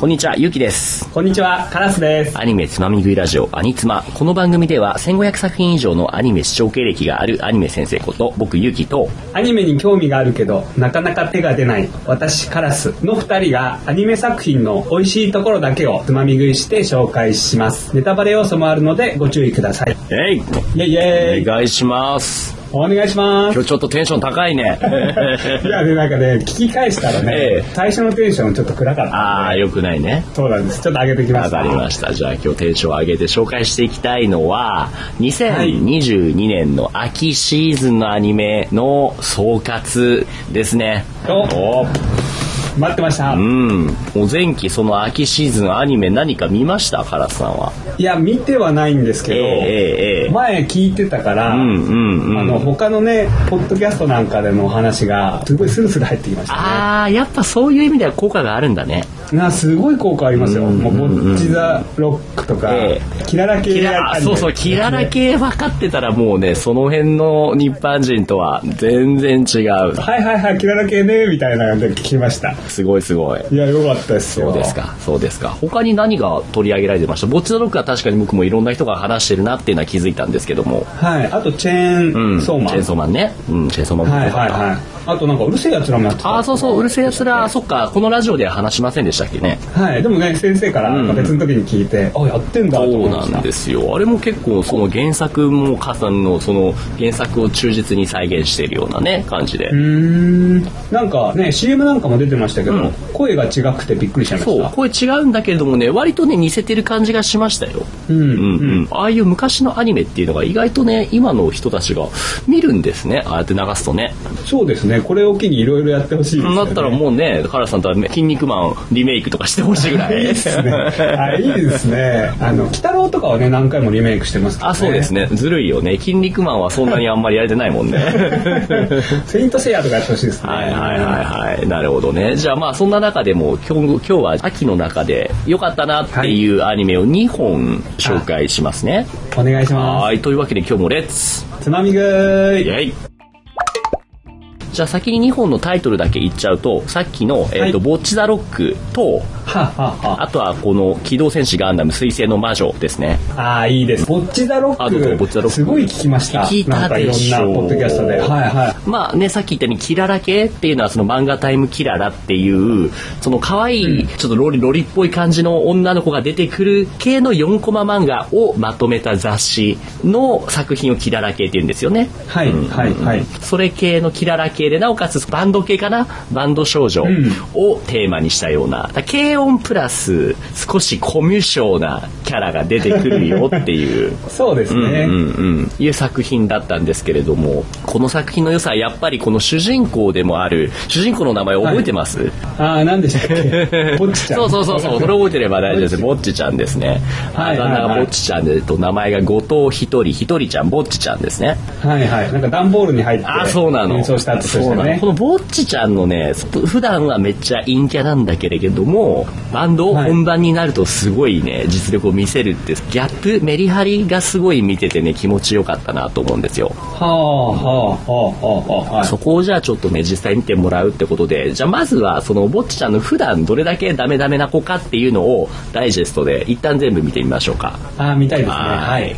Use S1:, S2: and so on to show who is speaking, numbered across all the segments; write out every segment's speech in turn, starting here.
S1: こんにちは、ゆうきです。
S2: こんにちは、カラスです。
S1: アニメつまみ食いラジオ、アニツマ。この番組では、1500作品以上のアニメ視聴経歴があるアニメ先生こと、僕、ゆうきと、
S2: アニメに興味があるけど、なかなか手が出ない、私カラスの二人がアニメ作品の美味しいところだけをつまみ食いして紹介します。ネタバレ要素もあるのでご注意ください。
S1: えい
S2: イェイイェ
S1: お
S2: イ
S1: 願いします。
S2: お願いします
S1: 今。日ちょっとテンション高い ね。
S2: いや、で、なんかね、聞き返したら
S1: ええ
S2: ね、最初のテンションちょっと暗かった。
S1: あー、よくないね。
S2: そうなんです。ちょっと上げてきま
S1: わ
S2: した。
S1: かりました。じゃあ今日テンション上げて紹介していきたいのは、2022年の秋シーズンのアニメの総括ですね。
S2: お
S1: お
S2: 待ってました。
S1: うん。もう前期その秋シーズンアニメ何か見ましたカラスさんは。
S2: いや、見てはないんですけ
S1: え
S2: ど、
S1: えええええ
S2: 前聞いてたから、
S1: うんうん
S2: あ
S1: うん。
S2: の他のねポッドキャストなんかでのお話がすごいスルスル入ってきましたね
S1: あー、やっぱそういう意味では効果があるんだね。
S2: なすごい効果ありますよ、もうボッチザロックとか、
S1: え
S2: キララ系
S1: キ
S2: や
S1: ラ
S2: っ
S1: ラ、
S2: たりね
S1: そうそう、キララ系分かってたらもうね、その辺の日本人とは全然違う。
S2: はいはいはいキララ系ねみたいなので聞きました
S1: すごいすごい。
S2: いやよかったです
S1: そ
S2: よ
S1: うですか、そうですか。他に何が取り上げられてましたボッチザロックは確かに僕もいろんな人が話してるなっていうのは気づいたんですけども。
S2: はいあとチェ
S1: う
S2: ー
S1: ん。
S2: ンソーマ
S1: チェ
S2: ン、
S1: ンソーマンね。うん、チェンソーマンも
S2: はい
S1: 良か
S2: は
S1: っ
S2: い
S1: た
S2: はいあとなんかうるせえやつらもやってた
S1: ああ、そうそう、うるせえやつら、そっか、このラジオでは話しませんでしたっけね。
S2: はいでもね先生からなんか別の時に聞いて、あやってんだと
S1: そ
S2: 思
S1: う
S2: いま
S1: な
S2: した
S1: んですよ。あれも結構、その原作も、母さんの、その原作を忠実に再現しているようなね、感じで。
S2: うーんなんかね CM なんかも出てましたけど、
S1: うん
S2: 声が違くてびっくりしちゃいまし
S1: そう、
S2: た
S1: 声違うんだけれどもね、割とね、似せてる感じがしましたよ。
S2: うん
S1: うんうん、ああいう昔のアニメっていうのが意外とね今の人たちが見るんですねああやって流すとね
S2: そうですねこれを機にいろいろやってほしいですよね
S1: だったらもうねカラスさんとは「筋肉マン」リメイクとかしてほしいぐらい
S2: あいいですねあの鬼太郎とかはね何回もリメイクしてますけど、ね、
S1: あそうですねずるいよね「筋肉マン」はそんなにあんまりやれてないもんね
S2: セイントセイヤとかやってほしいですね
S1: はいはいはいはいなるほどねじゃあまあそんな中でも今日今日は秋の中で良かったなっていうアニメを2本紹介しますね
S2: お願いしま
S1: はいというわけで今日もレッツ
S2: すつまみ食い
S1: イェイじゃあ先に2本のタイトルだけ言っちゃうとさっきの「えーと
S2: はい
S1: ボッチ・ザ・ロック」と
S2: はっはっは
S1: あとはこの「機動戦士ガンダム彗星の魔女」ですね
S2: あーいいですボッチザロ
S1: あどうぞ
S2: ッ
S1: ボ
S2: ク
S1: ッチザロック
S2: すごい聞きました
S1: 聞いたでしょ
S2: なんかいろんなポッドキャストではいはい
S1: まあねさっき言ったように「キララ系」っていうのはその漫画タイムキララっていうその可愛いちょっとロリロリっぽい感じの女の子が出てくる系の4コマ漫画をまとめた雑誌の作品をキララ系っていうんですよね
S2: はいはいはい
S1: それ系のキララ系でなおかつバンド系かなバンド少女をテーマにしたようなだから軽音プラス少しコミュ障なキャラが出てくるよっていう。
S2: そうですね、
S1: うんうん、いう作品だったんですけれどもこの作品の良さはやっぱりこの主人公でもある主人公の名前覚えてます、
S2: ああ何でした っけボッチちゃん
S1: そうそうそうそうそれ覚えてれば大丈夫ですぼっちちゃんですねあ
S2: はい
S1: だ
S2: はいはい
S1: 名がぼっちちゃんで、えっと名前が後藤ひとりひとりちゃんぼっちちゃんですね
S2: はいはいなんか段ボールに入って
S1: あそうなの
S2: 演奏したって
S1: そうなの
S2: ね
S1: このぼっちちゃんのね普段はめっちゃ陰キャなんだけれどもバンドを本番になるとすごいね実力を見せるってギャップメリハリがすごい見ててね気持ちよかったなと思うんですよ
S2: はあはあはあはあはあ
S1: そこをじゃあちょっとね実際見てもらうってことでじゃあまずはそのぼっちちゃんの普段どれだけダメダメな子かっていうのをダイジェストで一旦全部見てみましょうか
S2: あー見たいですね
S1: は
S2: はいい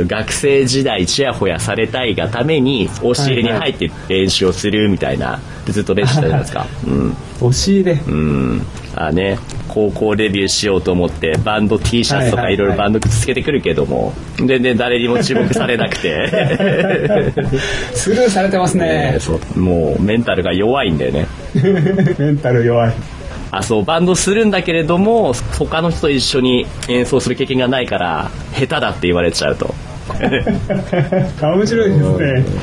S1: 学生時代ちやほやされたいがために教えに入って練習をするみたいなずっと練習したじゃないですか、うん
S2: 押し入れ
S1: うんあね高校デビューしようと思ってバンド T シャツとか
S2: はいはいはい
S1: いろいろバンド靴つけてくるけども全然誰にも注目されなくて
S2: スルーされてます
S1: ね
S2: ね
S1: そうもうメンタルが弱いんだよね
S2: メンタル弱い
S1: あそうバンドするんだけれども他の人と一緒に演奏する経験がないから下手だって言われちゃうと。
S2: あ面白いですね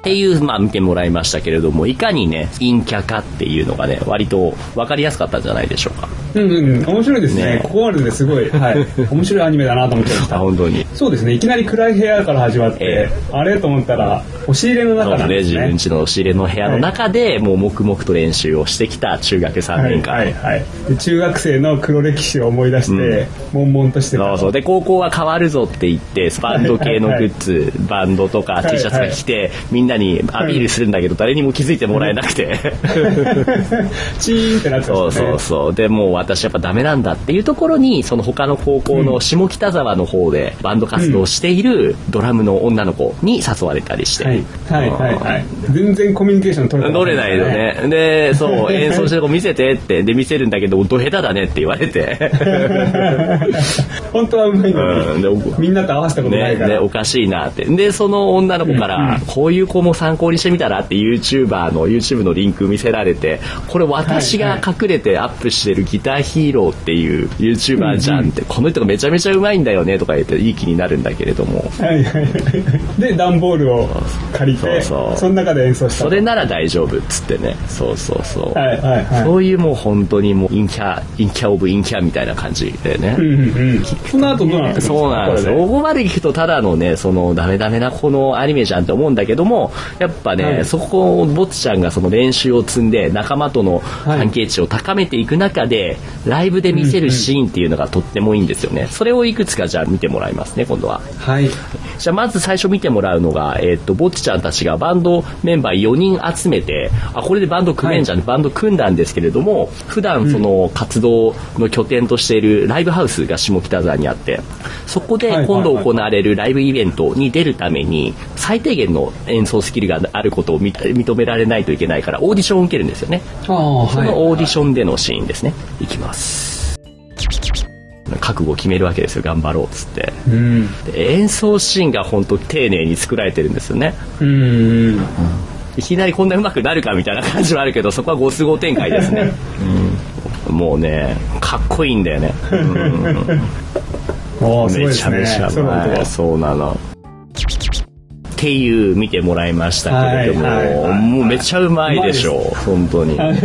S1: っていう、まあ見てもらいましたけれども、いかにね、陰キャかっていうのがね、割と分かりやすかったんじゃないでしょうか。
S2: うんうん面白いですね
S1: ね
S2: ここまでですごい、はい、面白いアニメだなと思ってました
S1: あ、本当に。
S2: そうですねいきなり暗い部屋から始まって、
S1: え
S2: あれと思ったら押し入れの
S1: そ
S2: 中
S1: うです
S2: なん
S1: ね、
S2: です
S1: 自
S2: ね
S1: 分家の押し入れの部屋の中で、もう黙々と練習をしてきた中学3
S2: はい
S1: 年間。
S2: はいはいで中学生の黒歴史を思い出して、悶々としてた
S1: そうそうで高校は変わるぞって言ってバンド系のグッズ、バンドとか
S2: い
S1: T シャツが着て、みんなにアピールするんだけど、誰にも気づいてもらえなくて。
S2: チーンってなってま
S1: そう
S2: したね
S1: そうそう。で、もう私やっぱダメなんだっていうところに、その他の高校の下北沢の方でバンド活動をしているドラムの女の子に誘われたりして。
S2: はいはいはいはい全然コミュニケーション取れ
S1: 乗れないよね。で、そう、演奏してる子見せてって、で、見せるんだけど、ど下手だねって言われ て。
S2: 本当はうまいの
S1: うん、で
S2: に、
S1: お
S2: みんなと合わせたことな
S1: ね
S2: いから、
S1: ね、おかしいなって。で、その女の子から、こういう子も参考にしてみたらって YouTuber の YouTube のリンク見せられて、これ私が隠れてアップしてるギターヒーローっていう YouTuber じゃんって、この人がめちゃめちゃうまいんだよねとか言っていい気になるんだけれども、
S2: はいはいで段ボールを借りて
S1: そうそう
S2: その中で演奏した
S1: それなら大丈夫っつってね。そうそうそう。
S2: はいはいは
S1: そういうもう本当にもう陰キャ、陰キャオブ陰キャみたいな感じでね。
S2: いうんうんその後どうなった
S1: そうなんですよ。ここまで行くとただのね、そのダメダメなこのアニメじゃんって思うんだけども、やっぱね、
S2: はい
S1: そこをぼっちゃんがその練習を積んで仲間との関係値を高めていく中で、ライブで見せるシーンっていうのがとってもいいんですよね。それをいくつかじゃあ見てもらいますね、今度は。
S2: はい
S1: じゃあまず最初見てもらうのが、えっと、ぼっちちゃんたちがバンドメンバー4人集めて、あ、これでバンド組めんじゃん、バンド組んだんですけれども、普段その活動の拠点としているライブハウスが下北沢にあって、そこ
S2: はいはいは
S1: で
S2: い
S1: 今度行われるライブイベントに出るために、最低限の演奏スキルがあることを認認められないといけないから、オーディションを受けるんですよね。
S2: ああ
S1: そ
S2: はい
S1: のオーディションでのシーンですね。いきます。覚悟を決めるわけですよ、頑張ろうっつって。
S2: うん
S1: で演奏シーンが本当丁寧に作られてるんですよね
S2: うんうん
S1: いきなりこんな上手くなるかみたいな感じはあるけどそこはご都合展開ですね、うんもうねかっこいいんだよね、うん
S2: おー すごいで
S1: めち
S2: す
S1: ゃめちゃ
S2: ね
S1: う
S2: その
S1: ま
S2: 後
S1: いそうなのっていう見てもらいましたけれども、
S2: はいはいはい
S1: もうめちゃうまいでしょ本当に
S2: 段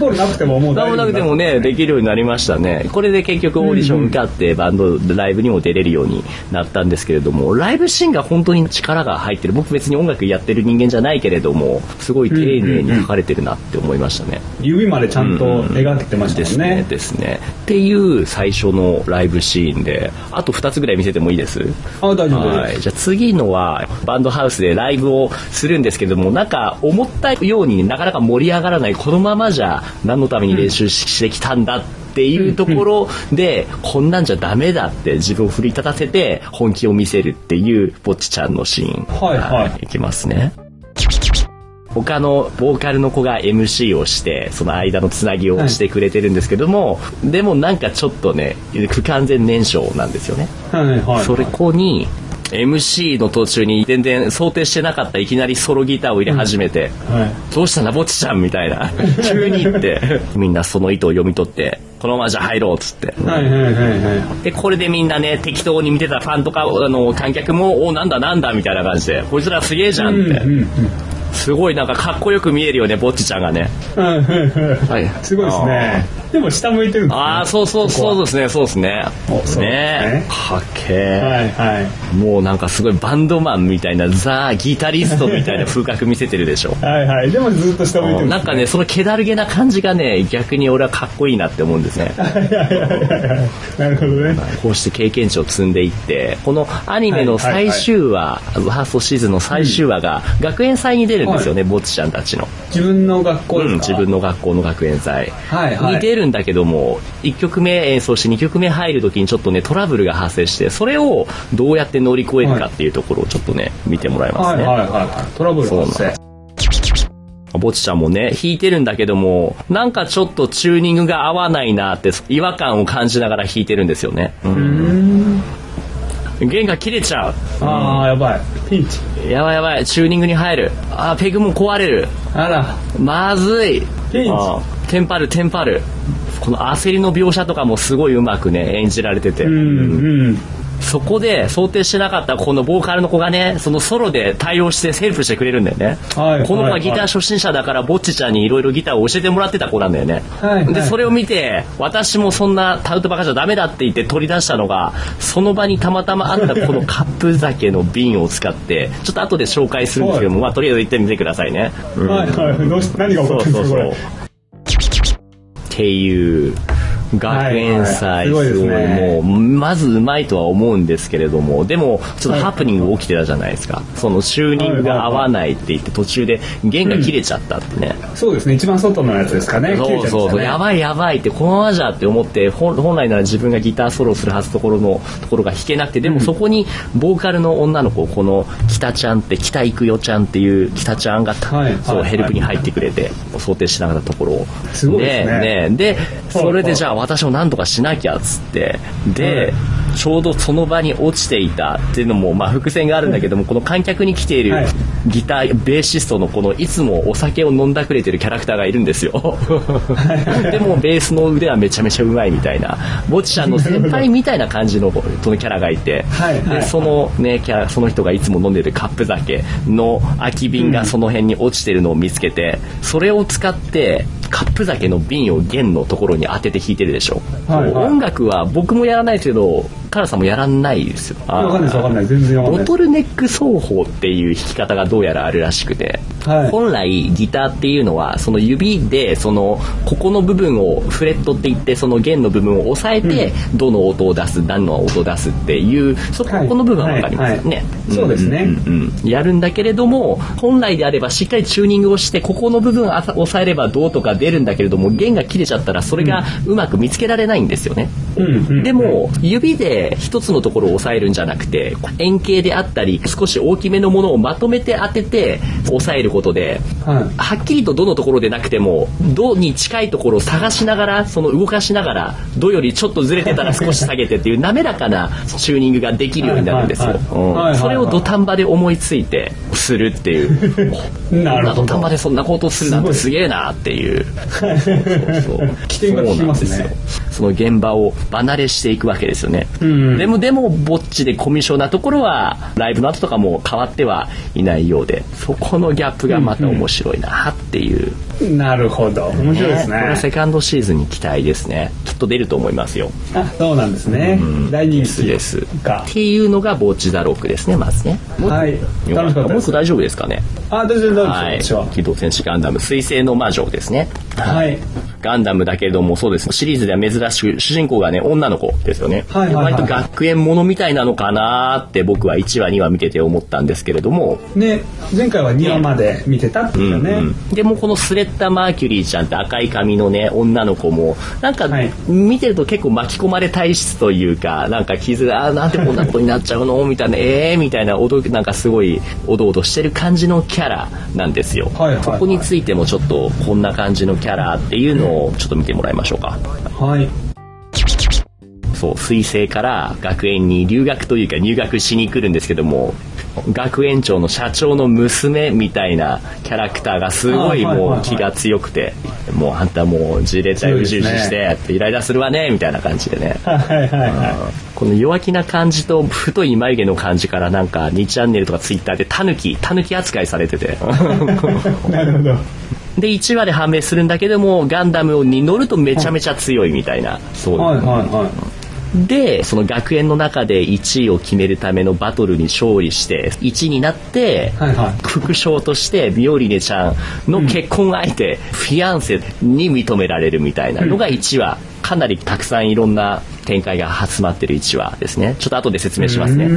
S2: ボールなくてももう
S1: 何
S2: 大
S1: も
S2: 丈
S1: な
S2: 夫
S1: くてもね、できるようになりましたね。これで結局オーディション受かって、バンド、ライブにも出れるようになったんですけれども、ライブシーンが本当に力が入ってる。僕別に音楽やってる人間じゃないけれども、すごい丁寧に書かれてるなって思いましたね。
S2: 指までちゃんと描けてまし
S1: で
S2: た
S1: す
S2: もんね,、
S1: ね、ですね。っていう最初のライブシーンで、あと2つぐらい見せてもいいです
S2: あ大丈夫です
S1: はい。じゃあ次のは、バンドハウスでライブをするんですけども、なんか思ったようになかなか盛り上がらない、このままじゃ何のために練習ししてきたんだっていうところで、こんなんじゃダメだって自分を振り立たせて本気を見せるっていうぼっちちゃんのシーン。
S2: はいはい
S1: いきますね。他のボーカルの子が MC をしてその間のつなぎをしてくれてるんですけども、でもなんかちょっとね不完全燃焼なんですよね
S2: はいはい
S1: それこに MC の途中に全然想定してなかったいきなりソロギターを入れ始めて、
S2: はい
S1: どうしたんだぼっちちゃんみたい な急にってみんなその意図を読み取ってこのままじゃ入ろうっつって、
S2: はいはいはいはい
S1: でこれでみんなね適当に見てたファンとかあの観客もおなんだなんだみたいな感じでこいつらすげえじゃんって、
S2: うんうん
S1: すごいなんかかっこよく見えるよねぼっちちゃんがね
S2: はいはいはい
S1: はい
S2: すごいですねでも下向いてるんですね
S1: ああそうそうそうですねそうですね
S2: おそうですね
S1: ねかっけえ、
S2: はいはい
S1: もうなんかすごいバンドマンみたいなザ・ギタリストみたいな風格見せてるでし ょ
S2: はいはいでもずっと下向いてる
S1: なんかねその気だるげな感じがね逆に俺はかっこいいなって思うんですね
S2: なるほどね
S1: こうして経験値を積んでいってこのアニメの最終話、ファーストシーズンの最終話が学園祭に出るんですよね、ぼっちちゃんたちの、
S2: 自分の学校
S1: うん、
S2: です
S1: 自
S2: か
S1: 分の学校の学園祭
S2: はいはい
S1: に出るんだけども、1曲目演奏して2曲目入る時にちょっとねトラブルが発生してそれをどうやって乗り越えるかっていうところをちょっとね見てもらいます
S2: はい
S1: ね、
S2: はいはいはいトラブル発生
S1: ぼちちゃんもね、弾いてるんだけども、なんかちょっとチューニングが合わないなって違和感を感じながら弾いてるんですよね。うん。弦が切れちゃう。
S2: ああやばいピンチ
S1: やばいやばい、チューニングに入る。あー、ペグも壊れる。
S2: あら
S1: まずい。
S2: ピンチ
S1: あーテンパる、テンパる。この焦りの描写とかもすごいうまくね、演じられてて。
S2: うんうん
S1: そこで想定してなかったこのボーカルの子がね、そのソロで対応してセルフしてくれるんだよね。
S2: はい
S1: この子はギター
S2: はい
S1: 初心者だから、ぼっちちゃんにいろいろギターを教えてもらってた子なんだよね。
S2: はいはい
S1: で、それを見て、私もそんなタウトバカじゃダメだって言って取り出したのが、その場にたまたまあったこのカップ酒の瓶を使って、ちょっと後で紹介するんですけども、まあとりあえず行ってみてくださいね。うん
S2: はいはいどうし何が起こ
S1: そ
S2: っ
S1: う
S2: たん
S1: そ
S2: で
S1: う
S2: す
S1: そ
S2: かこ
S1: う。
S2: れ
S1: っていう学園祭、
S2: はいはいすごいです
S1: も
S2: ね
S1: うまずうまいとは思うんですけれどもでもちょっとハプニング起きてたじゃないですかそのチューニングが合わないって言って途中で弦が切れちゃったってね、
S2: そうですね一番外のやつですかね
S1: そうそうそう、や
S2: い
S1: ばいやばいってこのままじゃって思って本本来なら自分がギターソロするはずところのところが弾けなくてでもそこにボーカルの女の子この北ちゃんって北育代ちゃんっていう北ちゃんがた、
S2: はい
S1: そう、
S2: はい
S1: ヘルプに入ってくれて想定しなかったところを
S2: すごいですね
S1: ねでそれ
S2: はいは
S1: で
S2: い
S1: じゃあ私も何とかしなきゃっつってで、ちょうどその場に落ちていたっていうのも、まあ、伏線があるんだけどもこの観客に来てい
S2: は
S1: る
S2: い
S1: ギターベーシストのこのいつもお酒を飲んだくれてるキャラクターがいるんですよでもベースの腕はめちゃめちゃうまいみたいなぼっちちゃんの先輩みたいな感じのそのキャラがいて、
S2: はいはい
S1: でその,、ね、キャラその人がいつも飲んでるカップ酒の空き瓶がその辺に落ちてるのを見つけてそれを使ってカップ酒の瓶を弦のところに当てて弾いてるでしょ、
S2: はいはい
S1: 音楽は僕もやらないけどカラさんもやらないですよ
S2: わかんないですわかんない全然わかんな
S1: ボ
S2: いです
S1: トルネック奏法っていう弾き方がどうやらあるらしくて、
S2: はい
S1: 本来ギターっていうのはその指でそのここの部分をフレットって言ってその弦の部分を押さえてどの音を出す何の音を出すっていうそこ
S2: はい
S1: この部分は分かりますよね、
S2: はいはいそうですね
S1: うんうんやるんだけれども本来であればしっかりチューニングをしてここの部分を押さえればどうとか出るんだけれども弦が切れちゃったらそれがうまく見つけられないんですよね、
S2: うんうん
S1: でも指で一つのところを押さえるんじゃなくて円形であったり少し大きめのものをまとめて当てて押さえることで
S2: はい
S1: はっきりとどのところでなくても「ど」に近いところを探しながらその動かしながら「ど」よりちょっとずれてたら少し下げてっていう滑らかなチューニングができるようになるんですよ
S2: はいはいはい
S1: うん
S2: はいはいはい
S1: それを土壇場で思いついてするっていう
S2: なるほど
S1: 土壇場でそんなことするなんて
S2: す
S1: すげえなって いうそうそうそう
S2: 起点が利きますね
S1: そうなんでよその現場を離れしていくわけですよね、
S2: うん
S1: でもでもぼっちでコミュ障なところはライブの後とかも変わってはいないようでそこのギャップがまた面白いなっていう、
S2: なるほど面白いですね
S1: これはセカンドシーズンに期待ですねきっと出ると思いますよ
S2: あそうなんですね、大人気
S1: です
S2: か
S1: っていうのがぼっちだろうくですねまずねもう
S2: はい
S1: よか
S2: 楽
S1: っ
S2: し
S1: た
S2: かった
S1: もう一
S2: で
S1: 個
S2: す
S1: 大丈夫ですかね
S2: あ大丈夫
S1: は
S2: 大
S1: い
S2: 丈夫
S1: 機動戦士ガンダム水星の魔女ですね
S2: はい
S1: ガンダムだけれどもそうですシリーズでは珍しく主人公がね女の子ですよね、
S2: はいはいはい
S1: 割と学園ものみたいなのかなーって僕は1話2話見てて思ったんですけれども
S2: ね前回は2話まで見てたっていうかね、
S1: でもこのスレッタ・マーキュリーちゃんって赤い髪のね女の子もなんか
S2: はい
S1: 見てると結構巻き込まれ体質というかなんか傷があーなんでこんなことになっちゃうのみたいなええー、みたいなおどなんかすごいおどおどしてる感じのキャラなんですよ、
S2: はいはいはい
S1: そこについてもちょっとこんな感じのキャラっていうのをちょっと見てもらいましょうか
S2: はい
S1: そう彗星から学園に留学というか入学しに来るんですけども学園長の社長の娘みたいなキャラクターがすごい
S2: あはいはい
S1: も
S2: は
S1: う
S2: い
S1: 気が強くてもうあんたもうじれちゃい
S2: 強い
S1: ふ
S2: です
S1: じ
S2: ね
S1: うじしてイライラするわねみたいな感じでね
S2: はいはいはい
S1: この弱気な感じと太い眉毛の感じからなんか2チャンネルとかツイッターでタヌキタヌキ扱いされて て
S2: なるほど
S1: で1話で判明するんだけどもガンダムに乗るとめちゃめちゃ強いみたいなそう
S2: はいはいはい
S1: でその学園の中で1位を決めるためのバトルに勝利して1位になって、
S2: はいはい
S1: 副賞としてミオリネちゃんの結婚相手、フィアンセに認められるみたいなのが1話、かなりたくさんいろんな展開が集まってる1話ですねちょっと後で説明しますね。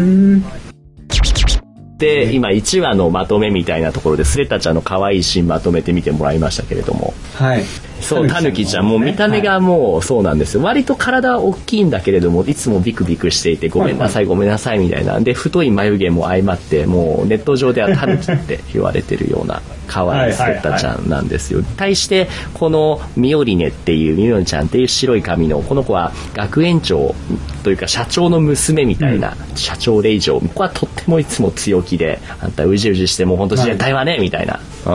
S1: で今1話のまとめみたいなところでスレッタちゃんの可愛いシーンまとめてみてもらいましたけれども
S2: はい
S1: そう、タヌキちゃん、もう見た目
S2: は
S1: がもうそうなんですよ。割と体は大きいんだけれども、いつもビクビクしていて、ごめんなさい、ごめんなさいみたいな。で、太い眉毛も相まって、もうネット上ではタヌキって言われてるような、可愛いスレッタちゃんなんですよ。対して、このミオリネっていう、ミオリネちゃんっていう白い髪の、この子は学園長というか社長の娘みたいな、社長令嬢。ここはとってもいつも強気で、あんたうじうじして、もう本当自衛隊はね、みたい な。う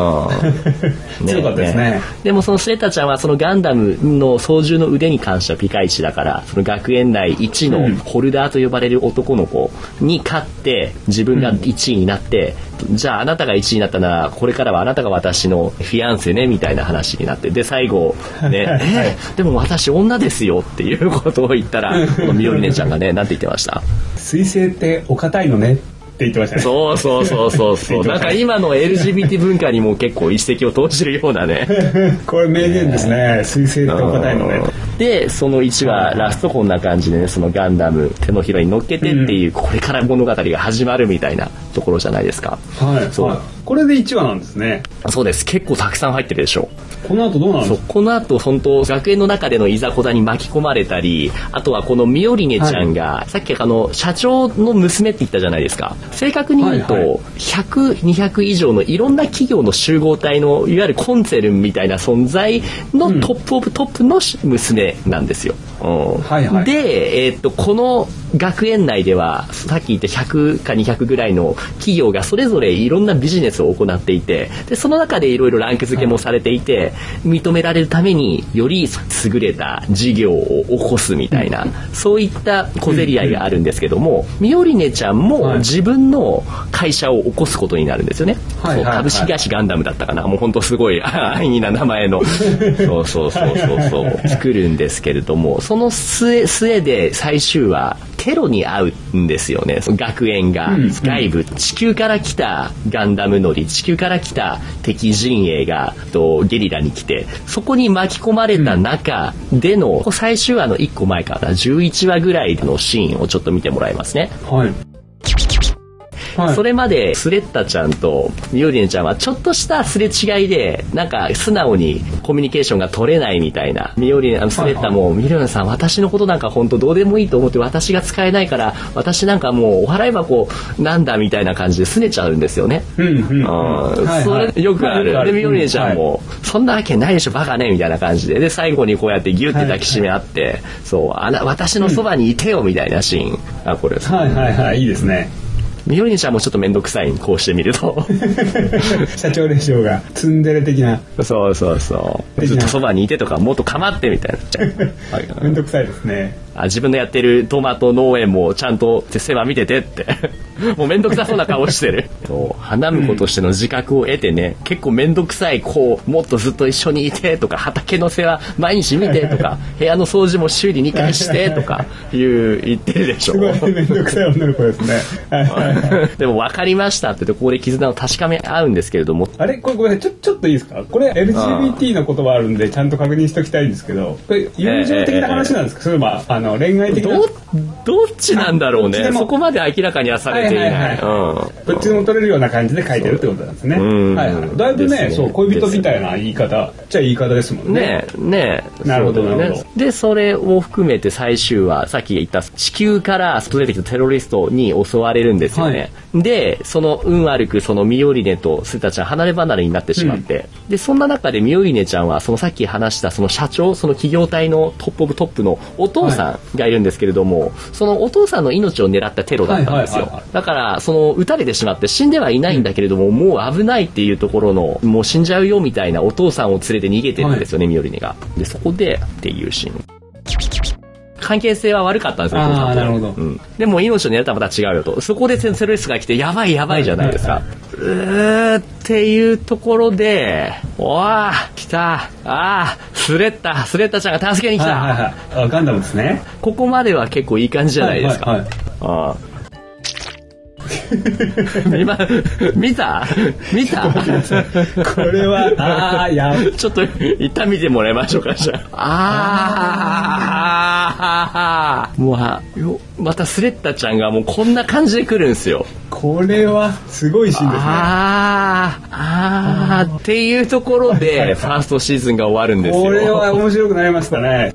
S1: ん。
S2: 強かったですね
S1: でもそのスレッタちゃんはそのガンダムの操縦の腕に関してはピカイチだから、その学園内1のホルダーと呼ばれる男の子に勝って、自分が1位になって、じゃああなたが1位になったなら、これからはあなたが私のフィアンセね、みたいな話になって、で、最 後、ね、えでも私女ですよっていうことを言ったら、このミオリネちゃんがね、なんて言ってました
S2: い水星ってお堅いのねって言ってましたね
S1: そうそうそうそうそう。 なんか今の LGBT 文化にも結構一石を投じるようなね。
S2: これ名言ですね水星ってお堅いのね
S1: うんで、その1話、ラストこんな感じでね、そのガンダム、手のひらに乗っけてっていう、これから物語が始まるみたいなところじゃないですか。
S2: はい。
S1: そう
S2: はい。これで1話なんですね。
S1: そうです。結構たくさん入ってるでしょ。
S2: この後どうなるん
S1: そ
S2: で
S1: う
S2: すか
S1: この後本当学園の中でのいざこざに巻き込まれたりあとはこのミオリネちゃんが、さっきあの社長の娘って言ったじゃないですか正確に言うと、
S2: はいはい
S1: 100200以上のいろんな企業の集合体のいわゆるコンセルンみたいな存在のトップオブトップの娘なんですよ。うん
S2: はいはい
S1: で、えーっとこの学園内ではさっき言った100か200ぐらいの企業がそれぞれいろんなビジネスを行っていてでその中でいろいろランク付けもされていて、認められるためにより優れた事業を起こすみたいな、そういった小競り合いがあるんですけども、ミオリネちゃん
S2: はい
S1: も自分の会社を起こすことになるんですよね。
S2: はい
S1: そう
S2: はいはい
S1: 株式会社ガンダムだったかなもう本当すごい安易な名前 のそうそうそうそうそう 作るんですけれどもその末末で最終話テロに遭うんですよねその学園が
S2: うん
S1: 外部地球から来たガンダム乗り地球から来た敵陣営がとゲリラに来てそこに巻き込まれた中でのこう最終話の1個前から11話ぐらいのシーンをちょっと見てもらいますね。
S2: はい。はい。
S1: それまでスレッタちゃんとミオリネちゃんはちょっとしたすれ違いでなんか素直にコミュニケーションが取れないみたいなミオリネあのスレッタもミオリネさん私のことなんか本当どうでもいいと思って私が使えないから私なんかもうお払い箱なんだみたいな感じで拗ねちゃうんですよね。
S2: うんうんうん。
S1: うん
S2: はい
S1: そ
S2: はい
S1: れよくある。
S2: ま
S1: で、ミオリネちゃん。
S2: う
S1: も、そんなわけないでしょ、バカね、みたいな感じで。で、最後にこうやってギュって抱きしめ合って、そう、あな、私のそばにいてよ、みたいなシーン。あ、これ、
S2: はいはいはいはい。いいです ね。
S1: ミオリネちゃんもちょっと面倒くさい、こうしてみる と。
S2: 社長令嬢がツンデレ的な
S1: そうそうそう。
S2: でき
S1: ず
S2: な
S1: っ
S2: い
S1: とそばにいてとか、もっと構ってみたいな。はい
S2: めんどくさいで すね
S1: あ自分のやってるトマト農園もちゃんと世話見てて って。もうめんどくさそうな顔してる。そう花婿としての自覚を得てね、結構めんどくさい子をもっとずっと一緒にいてとか、畑の世話毎日見てと か、部屋の掃除も修理2回してとか、いう言ってるでしょ。
S2: すごいめんどくさい女の子ですねはいはいはい
S1: でも分かりましたってとここで絆を確かめ合うんですけれども、
S2: あれこれごめんなさいちょちょっといいですかこれ LGBT の言葉あるんでちゃんと確認しておきたいんですけどこれ友情的な話なんですか、それはあの恋愛的な
S1: どどっちなんだろう
S2: どっち
S1: ね
S2: でも
S1: そこまで明らかにはされていない、
S2: はいどっちでも取れるような感じで書いてるってことなんですね、
S1: ん
S2: はいはい、だいぶ
S1: です
S2: ね
S1: ね
S2: そう恋人みたいな言い方っちゃ言い方ですも
S1: うんん
S2: ね
S1: ねえねえ
S2: なるほど
S1: そうだよね
S2: なるほど
S1: でそれを含めて最終はさっき言った地球から出てきたテロリストに襲われるんですよね、でその運悪くそのミオリネとスータちゃん離れ離れになってしまって、でそんな中でミオリネちゃんはそのさっき話したその社長その企業体のトップオブトップのお父さんがいるんですけれども、そのお父さんの命を狙ったテロだったんです
S2: はいはいはい
S1: よ
S2: はい
S1: だから、その、撃たれてしまって死んではいないんだけれども、もう危ないっていうところの、もう死んじゃうよみたいなお父さんを連れて逃げてるんですよね、ミオリネが。で、そこで、っていうシーン。関係性は悪かったんですよ、
S2: あー
S1: お父さんと
S2: なるほど
S1: うん。でも命を狙ったらまた違うよと。そこでセンセルリスが来て、やばいやばいじゃないですか。うーっていうところで、おあ来たああスレッタスレッタちゃんが助けに来
S2: はい
S1: た、
S2: はいはいあガンダムですね
S1: ここまでは結構いい感じじゃないですか。
S2: はいはいはい
S1: ああ 今、見た見 た
S2: これはああや
S1: ちょっと、一旦見てもらいましょうか、じゃあ。あーあーあーあーもうあ、よまたスレッタちゃんがもうこんな感じで来るんですよ。
S2: これはすごいシーンですね
S1: あーあーっていうところで、ファーストシーズンが終わるんですよ。
S2: これは面白くなりましたね。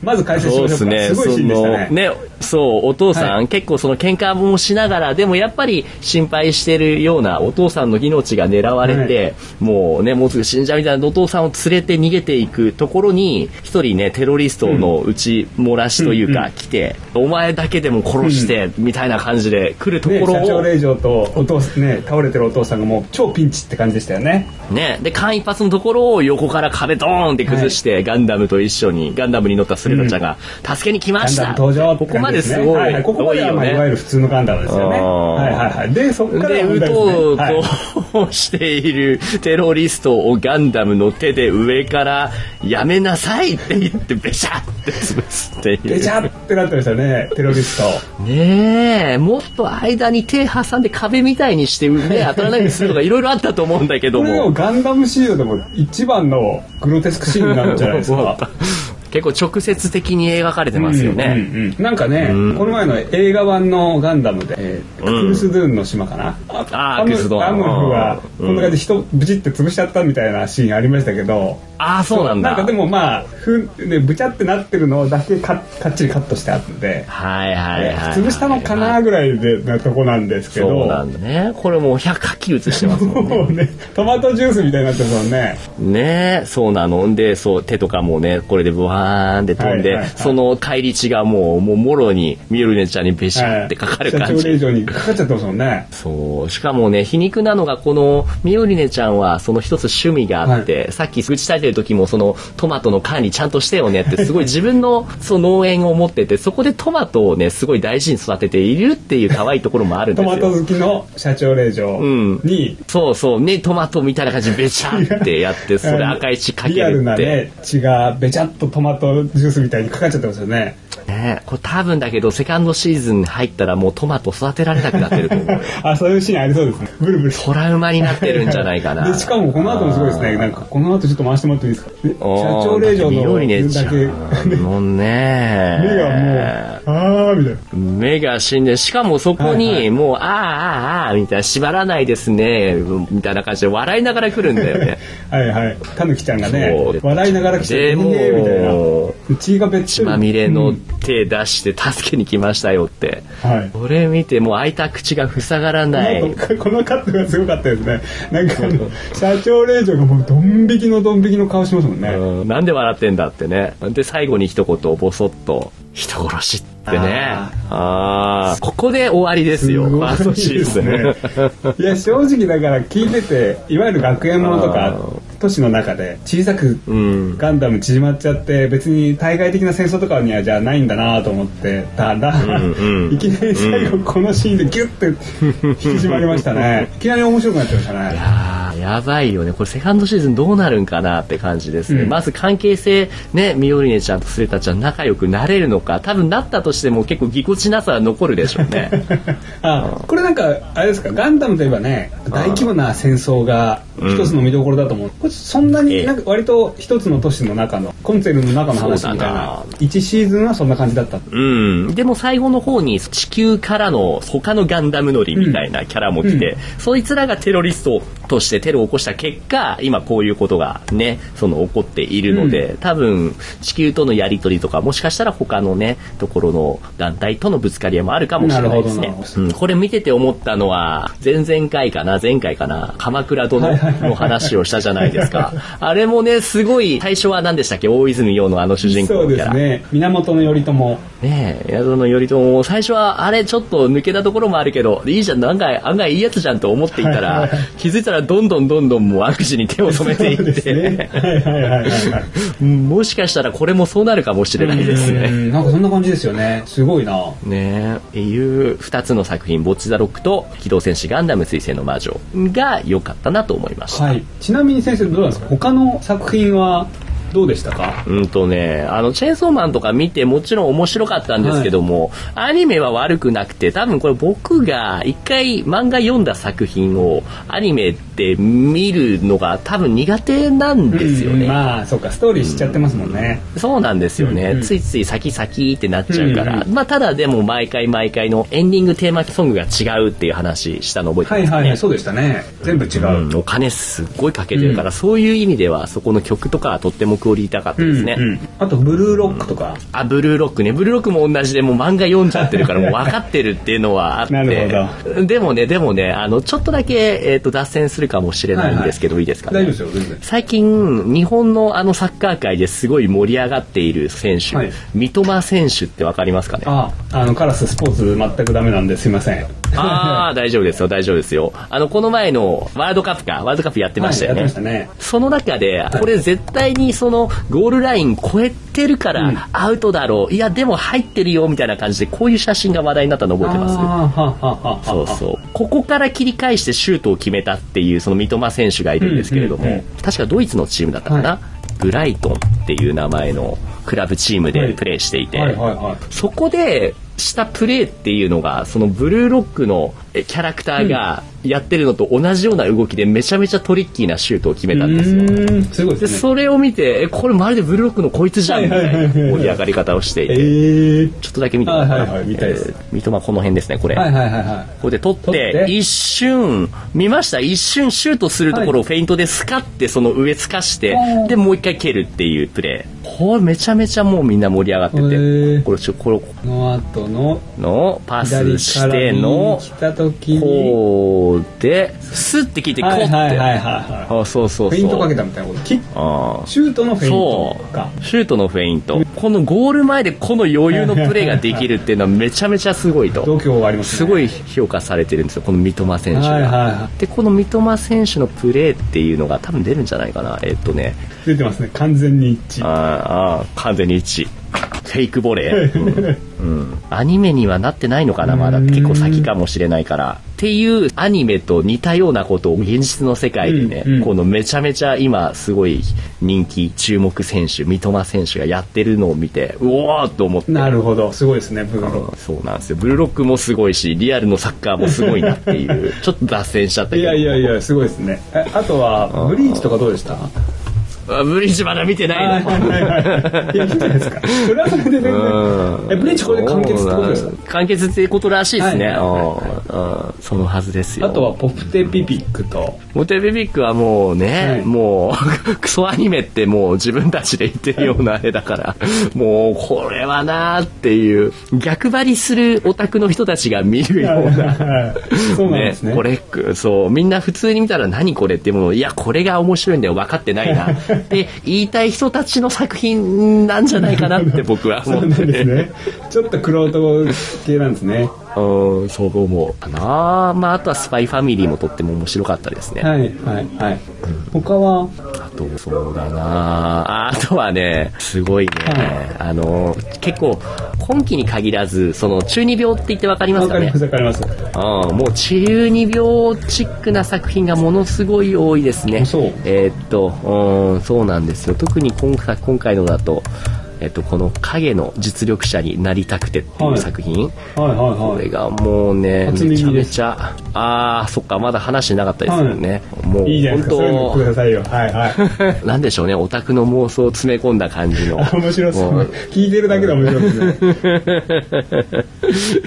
S2: まず解説し
S1: そう
S2: ま
S1: で
S2: しょうか。
S1: すね。
S2: すごいシーンでしたね。
S1: そのね、そう、お父さん、
S2: は
S1: 結構その喧嘩もしながら、でもやっぱり心配してるようなお父さんの命が狙われて、もうね、もうすぐ死んじゃうみたいなお父さんを連れて逃げていくところに、一人ね、テロリストの打ち漏らしというか、来て、お前だけでも殺して、みたいな感じで来ると
S2: ね、
S1: ころ
S2: 社長
S1: を、
S2: 令嬢とお父さんね倒れてるお父さんがもう超ピンチって感じでしたよね
S1: ね、で、間一髪のところを横から壁ドーンって崩して、ガンダムと一緒に、ガンダムに乗ったスレタちゃんが、助けに来ま
S2: ガン
S1: し
S2: ダム
S1: た
S2: 登場って
S1: ここ
S2: 感
S1: ま
S2: じ
S1: です
S2: ね
S1: すごい。
S2: はいはいここまではま
S1: 多
S2: あ
S1: いよ
S2: い
S1: ね
S2: わゆる普通のガンダムですよね
S1: あー
S2: はいはいはいでそっから
S1: で、
S2: が本
S1: 撃
S2: 題
S1: とう
S2: ですねはい
S1: としているテロリストをガンダムの手で上からやめなさいって言ってベシャって潰すっていう。
S2: ベチャってなってましたねテロリスト
S1: ねえ、もっと間に手挟んで壁みたいにして、ね、当たらないようにするとかいろいろあったと思うん だけど
S2: これでも
S1: も。
S2: ガンダムシードでも一番のグロテスクシーンになるんじゃないです
S1: わ
S2: か
S1: かった結構直接的に描かれてますよね。
S2: うんうんうんなんかね、
S1: うん
S2: この前の映画版のガンダムで、えー
S1: うん
S2: クルス・ドゥーンの島かな、
S1: あー
S2: ア
S1: ク
S2: ム
S1: ルスドゥーン
S2: アムフが
S1: うん
S2: こんな感じで人ブチって潰しちゃったみたいなシーンありましたけど
S1: ああ、そうなんだ。
S2: なんかでもまあふん、ね、ブチャってなってるのだけかかっちりカットしてあるんで、
S1: はいはいはい、はい。
S2: 潰したのかなぐらいでなとこなんですけど
S1: そうなんだね。これもう100回写してますもんね。
S2: もうねトマトジュースみたいになってますもんね
S1: ねえ、そうなの。んで、そう、手とかもね、これでブワーンって飛んで、
S2: はいはいはい
S1: その返り血がもう、もう、もろに、ミルネちゃんにべしゃってかかる感
S2: はい社長令
S1: じ。
S2: 状にかかっちゃってますもんね
S1: そう。しかもね、皮肉なのが、この、ミオリネちゃんは、その一つ趣味があって、さっき愚痴耐えてる時も、その、トマトの管理ちゃんとしてよね って、すごい自分の、その農園を持ってて、そこでトマトをね、すごい大事に育てているっていう可愛いところもあるん
S2: ト
S1: です
S2: マト
S1: よ。
S2: 好きの社長令状
S1: ん
S2: に、
S1: そうそう。ね、トマトみたいな感じでべちゃってやって、それ赤い血かけるって。
S2: リアルなね血がべちゃっとトマトジュースみたいにかかっちゃってますよね
S1: ねえこれ多分だけどセカンドシーズンに入ったらもうトマト育てられなくなってると 思う
S2: あそういうシーンありそうですねブルブル
S1: トラウマになってるんじゃないかな
S2: でしかもこの後もすごいですねなんかこの後ちょっと回してもらっていいですかで社
S1: あー
S2: 長令嬢
S1: だって
S2: の
S1: 緑ねち
S2: だ
S1: ゃ
S2: け
S1: んのね
S2: 目がもうあーみたいな
S1: 目が死んでしかもそこ
S2: はいは
S1: にもう、ああああああみたいな縛らないですねみたいな感じで笑いながら来るんだよ ね
S2: はいはいタヌキちゃんがね
S1: そう
S2: 笑いながら来て
S1: で
S2: ねえみたい
S1: も
S2: な血がべっち
S1: 血
S2: ょり
S1: まみれの手出して助けに来ましたよって、
S2: はい
S1: これ見てもう開いた口が塞がらない
S2: なんかこのカットがすごかったですねなんかあの社長令嬢がもうドン引きのドン引きの顔してますもんね、
S1: うんなんで笑ってんだってね。で、最後に一言、ボソッと、人殺しってね。
S2: あ
S1: ああーここで終わりですよ、ファーストシーズン。
S2: いや正直だから聞いてていわゆる学園ものと
S1: あ
S2: か
S1: ー
S2: 都市の中で小さく
S1: うん。
S2: ガンダム縮まっちゃって別に対外的な戦争とかにはじゃあないんだなと思ってたら、
S1: んうん
S2: いきなり最後このシーンでギュッて引き締まりまし たねいきなり面白くなっちゃいましたね
S1: あーやばいよね。これセカンドシーズンどうなるんかなって感じですね。
S2: うん
S1: まず関係性、ね、ミオリネちゃんとスレタちゃん仲良くなれるのか、多分なったとしても結構ぎこちなさは残るでしょうね。
S2: あこれなんかあれですかガンダムといえばね大規模な戦争が一つの見どころだと思う、これそんな
S1: え
S2: に
S1: え
S2: なんか割と一つの都市の中のコンツェルの中の話みたい
S1: そうだ
S2: な
S1: な
S2: 1シーズンはそんな感じだった
S1: うん、でも最後の方に地球からの他のガンダム乗りみたいなキャラも来て、そいつらがテロリストとしてテロを起こした結果今こういうことがねその起こっているので、多分地球とのやり取りとかもしかしたら他のねところの団体とのぶつかり合いもあるかもしれないです
S2: なる
S1: ね
S2: ほどなるほ、ど
S1: うん、これ見てて思ったのは前々回かな前回かな鎌倉殿の話をしたじゃないですかあれもねすごい最初は何でしたっけ大泉洋のあの主人
S2: そ
S1: 公
S2: う
S1: のキ
S2: で
S1: ャ
S2: す
S1: ラ、
S2: ね源頼朝
S1: ねえ、宿の頼朝も最初はあれちょっと抜けたところもあるけど、いいじゃん、案外、案外いいやつじゃんと思っていたら、気づいたらどんどんどんどんもう悪事に手を染めて
S2: そう
S1: いっ
S2: ですね
S1: て、
S2: はいはいはいはいはい
S1: うんもしかしたらこれもそうなるかもしれ ないです
S2: う
S1: ね。
S2: んなんかそんな感じですよねすごいな
S1: ねえ、っていう2つの作品、ボッチザロックと機動戦士ガンダム彗星の魔女が良かったなと思いました。
S2: はいちなみに先生どうなんですか他の作品はどうでしたか
S1: うんとね、あの、チェーンソーマンとか見てもちろん面白かったんですけども、アニメは悪くなくて、多分これ僕が一回漫画読んだ作品をアニメで見るのが多分苦手なんですよ
S2: うんう
S1: ね。
S2: んまあそうかストーリー知っちゃってますもんね、
S1: そうなんですよね、
S2: うんうん
S1: ついつい先先ってなっちゃうから、
S2: うんう
S1: まあただでも毎回毎回のエンディングテーマソングが違うっていう話したの覚えてます
S2: はいはいはいそうでしたね全部違う、
S1: うん、お金すっごいかけてるから、そういう意味ではそこの曲とかはとってもクオリティ高かったですね、
S2: うんうんあとブルーロックとか、
S1: あ、ブルーロックね。ブルーロックも同じで、もう漫画読んじゃってる から、もう分かってるっていうのはあって。
S2: なる
S1: でもね、でもね、あの、ちょっとだけ、えっ、と、脱線するかもしれないんですけど、いい、ですか
S2: 大
S1: ね。
S2: 丈夫ですよ全然
S1: 最近、日本のあのサッカー界ですごい盛り上がっている選手、
S2: はい
S1: 三笘選手って分かりますかね
S2: ああのカラススポーツ全くダメなんですいません
S1: ああ、大丈夫ですよ、大丈夫ですよ。あの、この前のワールドカップか、ワールドカップやってましたよね。
S2: はいやってましたね
S1: その中で、これ絶対にそのゴールライン超えてるか
S2: うん
S1: らアウトだろう、いや、でも入ってるよ、みたいな感じで、こういう写真が話題になったの覚えてます
S2: あーはははは
S1: そうそう。ここから切り返してシュートを決めたっていう、その三笘選手がいるんですけれども、
S2: うんうんうん
S1: 確かドイツのチームだったかな、
S2: は
S1: ブライトンっていう名前のクラブチームでプレーしていて、
S2: はいはいはい
S1: そこでしたプレーっていうのがそのブルーロックのえキャラクターがやってるのと同じような動きでめちゃめちゃトリッキーなシュートを決めたんですよ。
S2: ーんすごいで
S1: です
S2: ね
S1: それを見て、え、これまるでブルロックのこいつじゃんみたい
S2: はい
S1: な
S2: はいはいはい
S1: 盛り上がり方をしてい
S2: え
S1: て、
S2: ー、
S1: ちょっとだけ見てみた
S2: はいはいはい見たいです
S1: 三笘この辺ですね、これ。
S2: はいはいはいはい
S1: ここで取って
S2: 取って
S1: 一瞬見ました一瞬シュートするところをフェイントでスカってその上透かして、
S2: はい
S1: でもう一回蹴るっていうプレーこれめちゃめちゃもうみんな盛り上がってて、
S2: へー
S1: これちょこれ
S2: この後の
S1: のパス
S2: 左
S1: し
S2: から
S1: て
S2: 右
S1: の
S2: に来た時に
S1: こうでスッて切ってこうっ
S2: は
S1: て、
S2: いはいはいはいは
S1: あそうそうそう
S2: いフェイントかけたみたいなことキッ
S1: あー
S2: シュートのフェイン
S1: そ
S2: トか
S1: うシュートのフェイントこのゴール前でこの余裕のプレーができるっていうのはめちゃめちゃすごいと
S2: 度胸があります
S1: す
S2: ね
S1: ごい評価されてるんですよこの三笘選手が、
S2: はいはいは
S1: でこの三笘選手のプレーっていうのが多分出るんじゃないかなえっとね
S2: 出てますね完全に一致
S1: あーあー完全に一致フェイクボレー、 うんうんアニメにはなってないのかなまだ結構先かもしれないからっていうアニメと似たようなことを現実の世界でね、
S2: うんうん
S1: このめちゃめちゃ今すごい人気注目選手三笘選手がやってるのを見てうおーっと思って
S2: なるほどすごいですねブーロ
S1: そうなんですよ。ブルーロックもすごいし、リアルのサッカーもすごいなって いう、ちょっと脱線しちゃったけ
S2: い
S1: ど。
S2: やいやいやすごいですねえあとはブリーチとかどうでした
S1: あ。ブリーチまだ見てな
S2: はいい
S1: の。
S2: はいはいはいいやいいじゃないですかそれはそれで全然えブリーチこれで完結ってことですか
S1: か完結っていうことらしいですね。
S2: はいはい
S1: うんうんそのはずですよ。
S2: あとはポプテピピックと
S1: モテビビックはもうね、
S2: はい
S1: もう、 クソアニメってもう自分たちで言ってるようなあれだから、もうこれはなーっていう、逆張りするオタクの人たちが見るような。
S2: そうなんですね
S1: これくそうみんな普通に見たら何これってものをいやこれが面白いんだよ分かってないなって言いたい人たちの作品なんじゃないかなって僕は
S2: そ
S1: 思
S2: う
S1: っ
S2: な
S1: て
S2: んで
S1: て
S2: すねちょっとクロート系なんですね
S1: うんそう思うかなまああとは「スパイファミリーもとっても面白かったですね、
S2: はいはいはい他は
S1: あとそうだなああとはねすごいね、あの結構今期に限らずその中二病って言って分かりま
S2: わ
S1: すか
S2: かり
S1: ね
S2: ますわかります
S1: ああもう中二病チックな作品がものすごい多いですね。
S2: そう
S1: えーっと、うん、そうなんですよ。特に今回今回のだと、えっと、この影の実力者になりたくてってい
S2: は
S1: う
S2: い
S1: 作品。
S2: はい
S1: こ
S2: はいは
S1: れ
S2: い
S1: がもうね、
S2: 初
S1: めちゃ
S2: 耳
S1: め
S2: で
S1: ち
S2: す
S1: ゃ、ああ、そっか、まだ話してなかったですよね。もう、
S2: いいじゃないですかそういうのくだ
S1: 本
S2: さいよはいはい
S1: 当、なんでしょうね、オタクの妄想を詰め込んだ感じの。
S2: 面白そう
S1: も
S2: 聞いてるだけで面白い ですね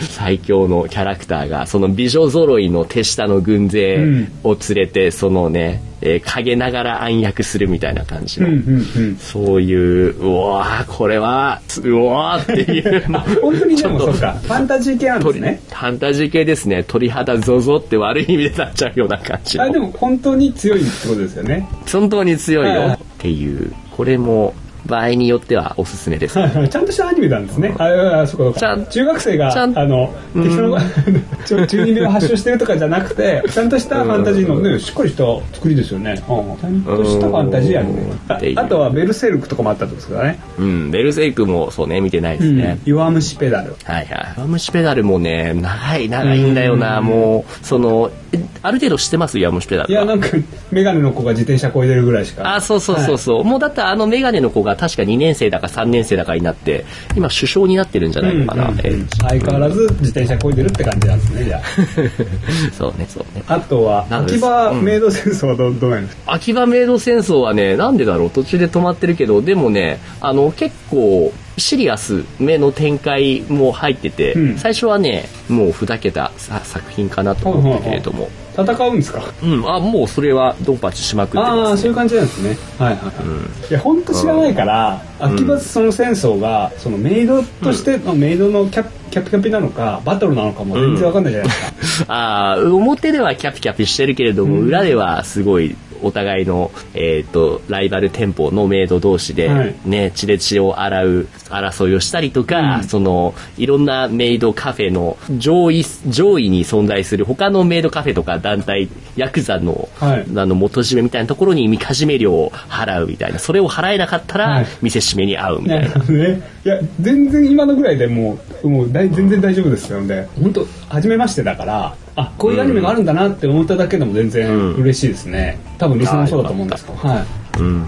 S1: 最強のキャラクターがその美女揃いの手下の軍勢を連れて、そのね、えー陰ながら暗躍するみたいな感じの、
S2: うんうんうん
S1: そういううわーこれはうわーっていう
S2: あ本当にでも
S1: ちょ
S2: そ
S1: っと
S2: うかファンタジー系なんです
S1: 鳥
S2: ね
S1: ファンタジー系ですね鳥肌ゾゾって悪い意味でなっちゃうような感じの
S2: あでも本当に強いってことですよね
S1: 本当に強い
S2: はい
S1: よ
S2: はい
S1: っていうこれも場合によってはおすすめです
S2: はいはいちゃんとしたアニメなんですね。ああ、あそうかそう
S1: ちゃ
S2: か
S1: ん。
S2: 中学生が、
S1: ちゃ
S2: あ
S1: ん
S2: の、適当な、 ちょ中二病を発症してるとかじゃなくて、ちゃんとしたファンタジーのね、しっかりした作りですよね。うんちゃんとしたファンタジーアニ
S1: ってい
S2: メ
S1: う
S2: あ。あとは、ベルセルクとかもあったってことですからね。
S1: うんベルセイクもそうね見てないで
S2: う
S1: すね、
S2: ん。弱虫ペダル。
S1: はいはい。弱虫ペダルもね、長い、長いんだよな、
S2: うん
S1: もう、その、えある程度知ってます弱虫ペダ
S2: い
S1: ル
S2: や、な
S1: は。
S2: んか、メガネの子が自転車こいでるぐらいしか。
S1: あ、そうそうそうそう。もうだってあのメガネの子が確か2年生だか3年生だかになって、今首相になってるんじゃないのかな。
S2: うんうん
S1: えー
S2: 相変わらず自転車こいでるって感じなんですね、じゃ
S1: そうね、そうね。
S2: あ。あとは、
S1: なんです
S2: 秋葉メイド戦争はどどうなんですか
S1: 秋葉メイド戦争はね、なんでだろう、途中で止まってるけど、でもね、あの、結構、シリアス目の展開も入ってて、
S2: うん
S1: 最初はね、もうふざけたさ作品かなと思ったけれども、
S2: 戦うんですか
S1: うん、あ、もうそれはドンパチしまくってます、ね。
S2: ああそういう感じなんですねはいはい、はいいや本当知らないから、秋葉その戦争がそのメイドとしてのメイドのキャキャピキャピなのかバトルなのかも全然わかんないじゃないですか、
S1: あー表ではキャピキャピしてるけれども、裏ではすごいお互いの、えー、とライバル店舗のメイド同士で、
S2: はい
S1: ね、血で血を洗う争いをしたりとか、
S2: うん
S1: そのいろんなメイドカフェの上位上位に存在する他のメイドカフェとか団体ヤクザの,、
S2: はい
S1: あの元締めみたいなところにみかじめ料を払うみたいなそれを払えなかったら、
S2: はい
S1: 見せしめに会うみたい
S2: な
S1: な
S2: る。ほどねいや全然今のぐらいでもうもう大全然大丈夫ですよで本当初めましてだからあこういうアニメがあるんだなって思っただけでも全然嬉しいですね、多分リスナーもそうだと思うんですけど、はい
S1: うんうん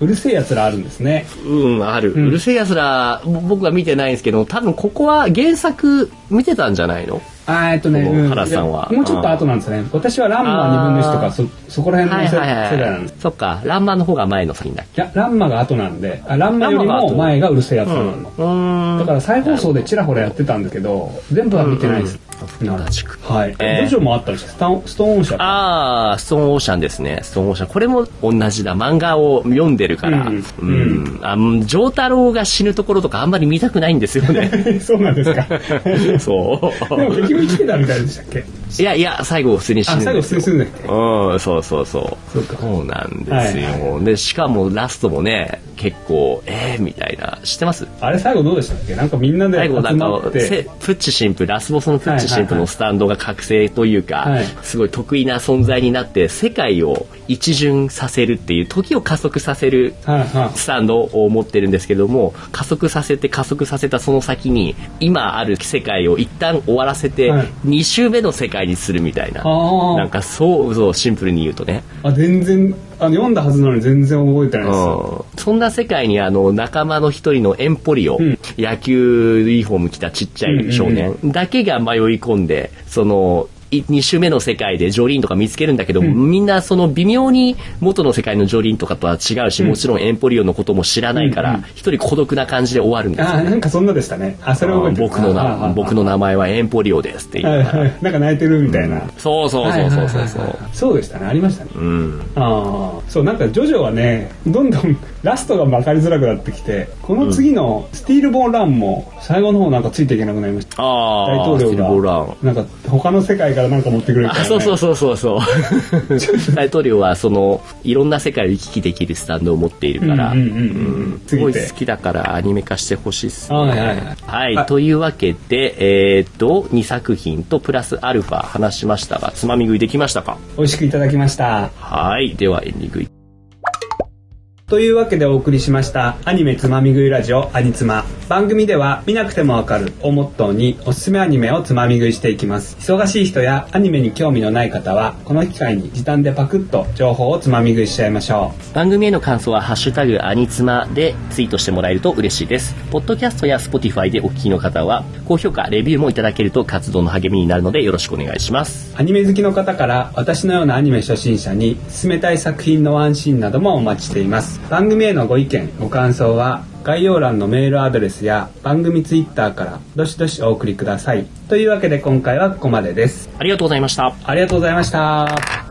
S2: うるせえやつらあるんですね
S1: うん、ある。うるせえやつら、ぼ僕は見てないんですけど、多分ここは原作見てたんじゃないの
S2: あーえっとね、
S1: この
S2: うん
S1: 原さんはい
S2: やもうちょっと後なんですね。私はランマ2分の1と
S1: あー
S2: か、そ、そこら辺
S1: はい
S2: の世世
S1: はいはい
S2: 代なんです。
S1: そっかランマの方が前の作品だっ
S2: いや、ランマが後なんで、あランマより
S1: ランマが
S2: も
S1: 後
S2: 前がうるせえやつ
S1: け
S2: な
S1: う
S2: の。
S1: んうん
S2: だから再放送でちらほらやってたんだけど、全部は見てないで
S1: う
S2: す。
S1: んうん
S2: なるほど
S1: 同じく
S2: はい。
S1: えー
S2: ジョジョもあったんですよスタンストーン社と
S1: ああ、ストーンオーシャンですね。ストーンオーシャン。これも同じだ。漫画を読んでるから。
S2: う
S1: うんん。あの、ジョータロウが死ぬところとかあんまり見たくないんですよね。
S2: そうなんですか。
S1: そ
S2: でも
S1: う。
S2: 結局生きてたみたいでしたっけ
S1: いやいや、最後普通に死
S2: あ、
S1: ぬん
S2: 最後
S1: で
S2: 普
S1: す
S2: 通に
S1: よ。
S2: するんだ
S1: う
S2: っけ
S1: ん、そうそうそう。
S2: そうか
S1: そうなんですよ。で、しかもラストもね、結構、えー、みたいな。知ってます
S2: あれ最後どうでしたっけなんかみんなで
S1: 最後な
S2: 集
S1: んか
S2: まって
S1: せ、プッチ神父ラスボスのプッチ神父のスタンドが覚醒というか、
S2: はいはいはい
S1: すごい得意な存在になって世界を一巡させるっていう時を加速させる
S2: はいはい
S1: スタンドを持ってるんですけども加速させて加速させたその先に今ある世界を一旦終わらせて
S2: はい
S1: 2周目の世界にするみたいな、
S2: あー
S1: なんかそうそうシンプルに言うとね
S2: あ、全然、あの、読んだはずなのに全然覚えてないです。
S1: うんそんな世界にあの仲間の一人のエンポリオ、
S2: ん
S1: 野球ユニフォーム着たちっちゃい少年だけが迷い込んで、その、2周目の世界でジョリーンとか見つけるんだけど、みんなその微妙に元の世界のジョリーンとかとは違うし、もちろんエンポリオのことも知らないか
S2: うん
S1: ら、一人孤独な感じで終わるんです
S2: あ
S1: よ
S2: ーなんかそんなでしたね。あ、それ覚えてる
S1: 僕の
S2: あーあ
S1: な
S2: ー
S1: 僕の名前はエンポリオですって言
S2: はい
S1: いなが
S2: は
S1: ら。
S2: い。なんか泣いてるみたいな。
S1: そうそうそうそうそうそ
S2: はいはいうはい。はいそうでしたね。ありましたね。
S1: うん。
S2: ああ。そう、なんかジョジョはね、どんどんラストが分かりづらくなってきて、この次のスティールボーンランも最後の方なんかついていけなくなりました。
S1: あ
S2: 大
S1: あ、
S2: 統
S1: スティルボーラ
S2: 領
S1: ン
S2: が、なんか他の世界からなんか持ってくれるから、
S1: あ
S2: ね。
S1: そうそうそうそう そう大統領はそのいろんな世界を行き来できるスタンドを持っているから、
S2: うんうんうんうん。
S1: す
S2: 次
S1: ご
S2: い
S1: い好
S2: て。
S1: きだからアニメ化してほしいっすね。
S2: はいはいはい
S1: はいというわけで、えーっと、2作品とプラスアルファ話しましたが、つまみ食いできましたか
S2: 美味しくいただきました。
S1: はい。では、エンディングい
S2: というわけでお送りしましたアニメつまみ食いラジオアニツマ番組では見なくてもわかるをモットーにおすすめアニメをつまみ食いしていきます忙しい人やアニメに興味のない方はこの機会に時短でパクッと情報をつまみ食いしちゃいましょ
S1: 番組への感想は「ハッシュタグアニツマ」でツイートしてもらえると嬉しいですポッドキャストや Spotify でお聞きの方は高評価レビューもいただけると活動の励みになるのでよろしくお願いします
S2: うアニメ好きの方から私のようなアニメ初心者に勧めたい作品のワンシーンなどもお待ちしています番組へのご意見ご感想は概要欄のメールアドレスや番組ツイッターからどしどしお送りくださいというわけで今回はここまでです
S1: ありがとうございました
S2: ありがとうございました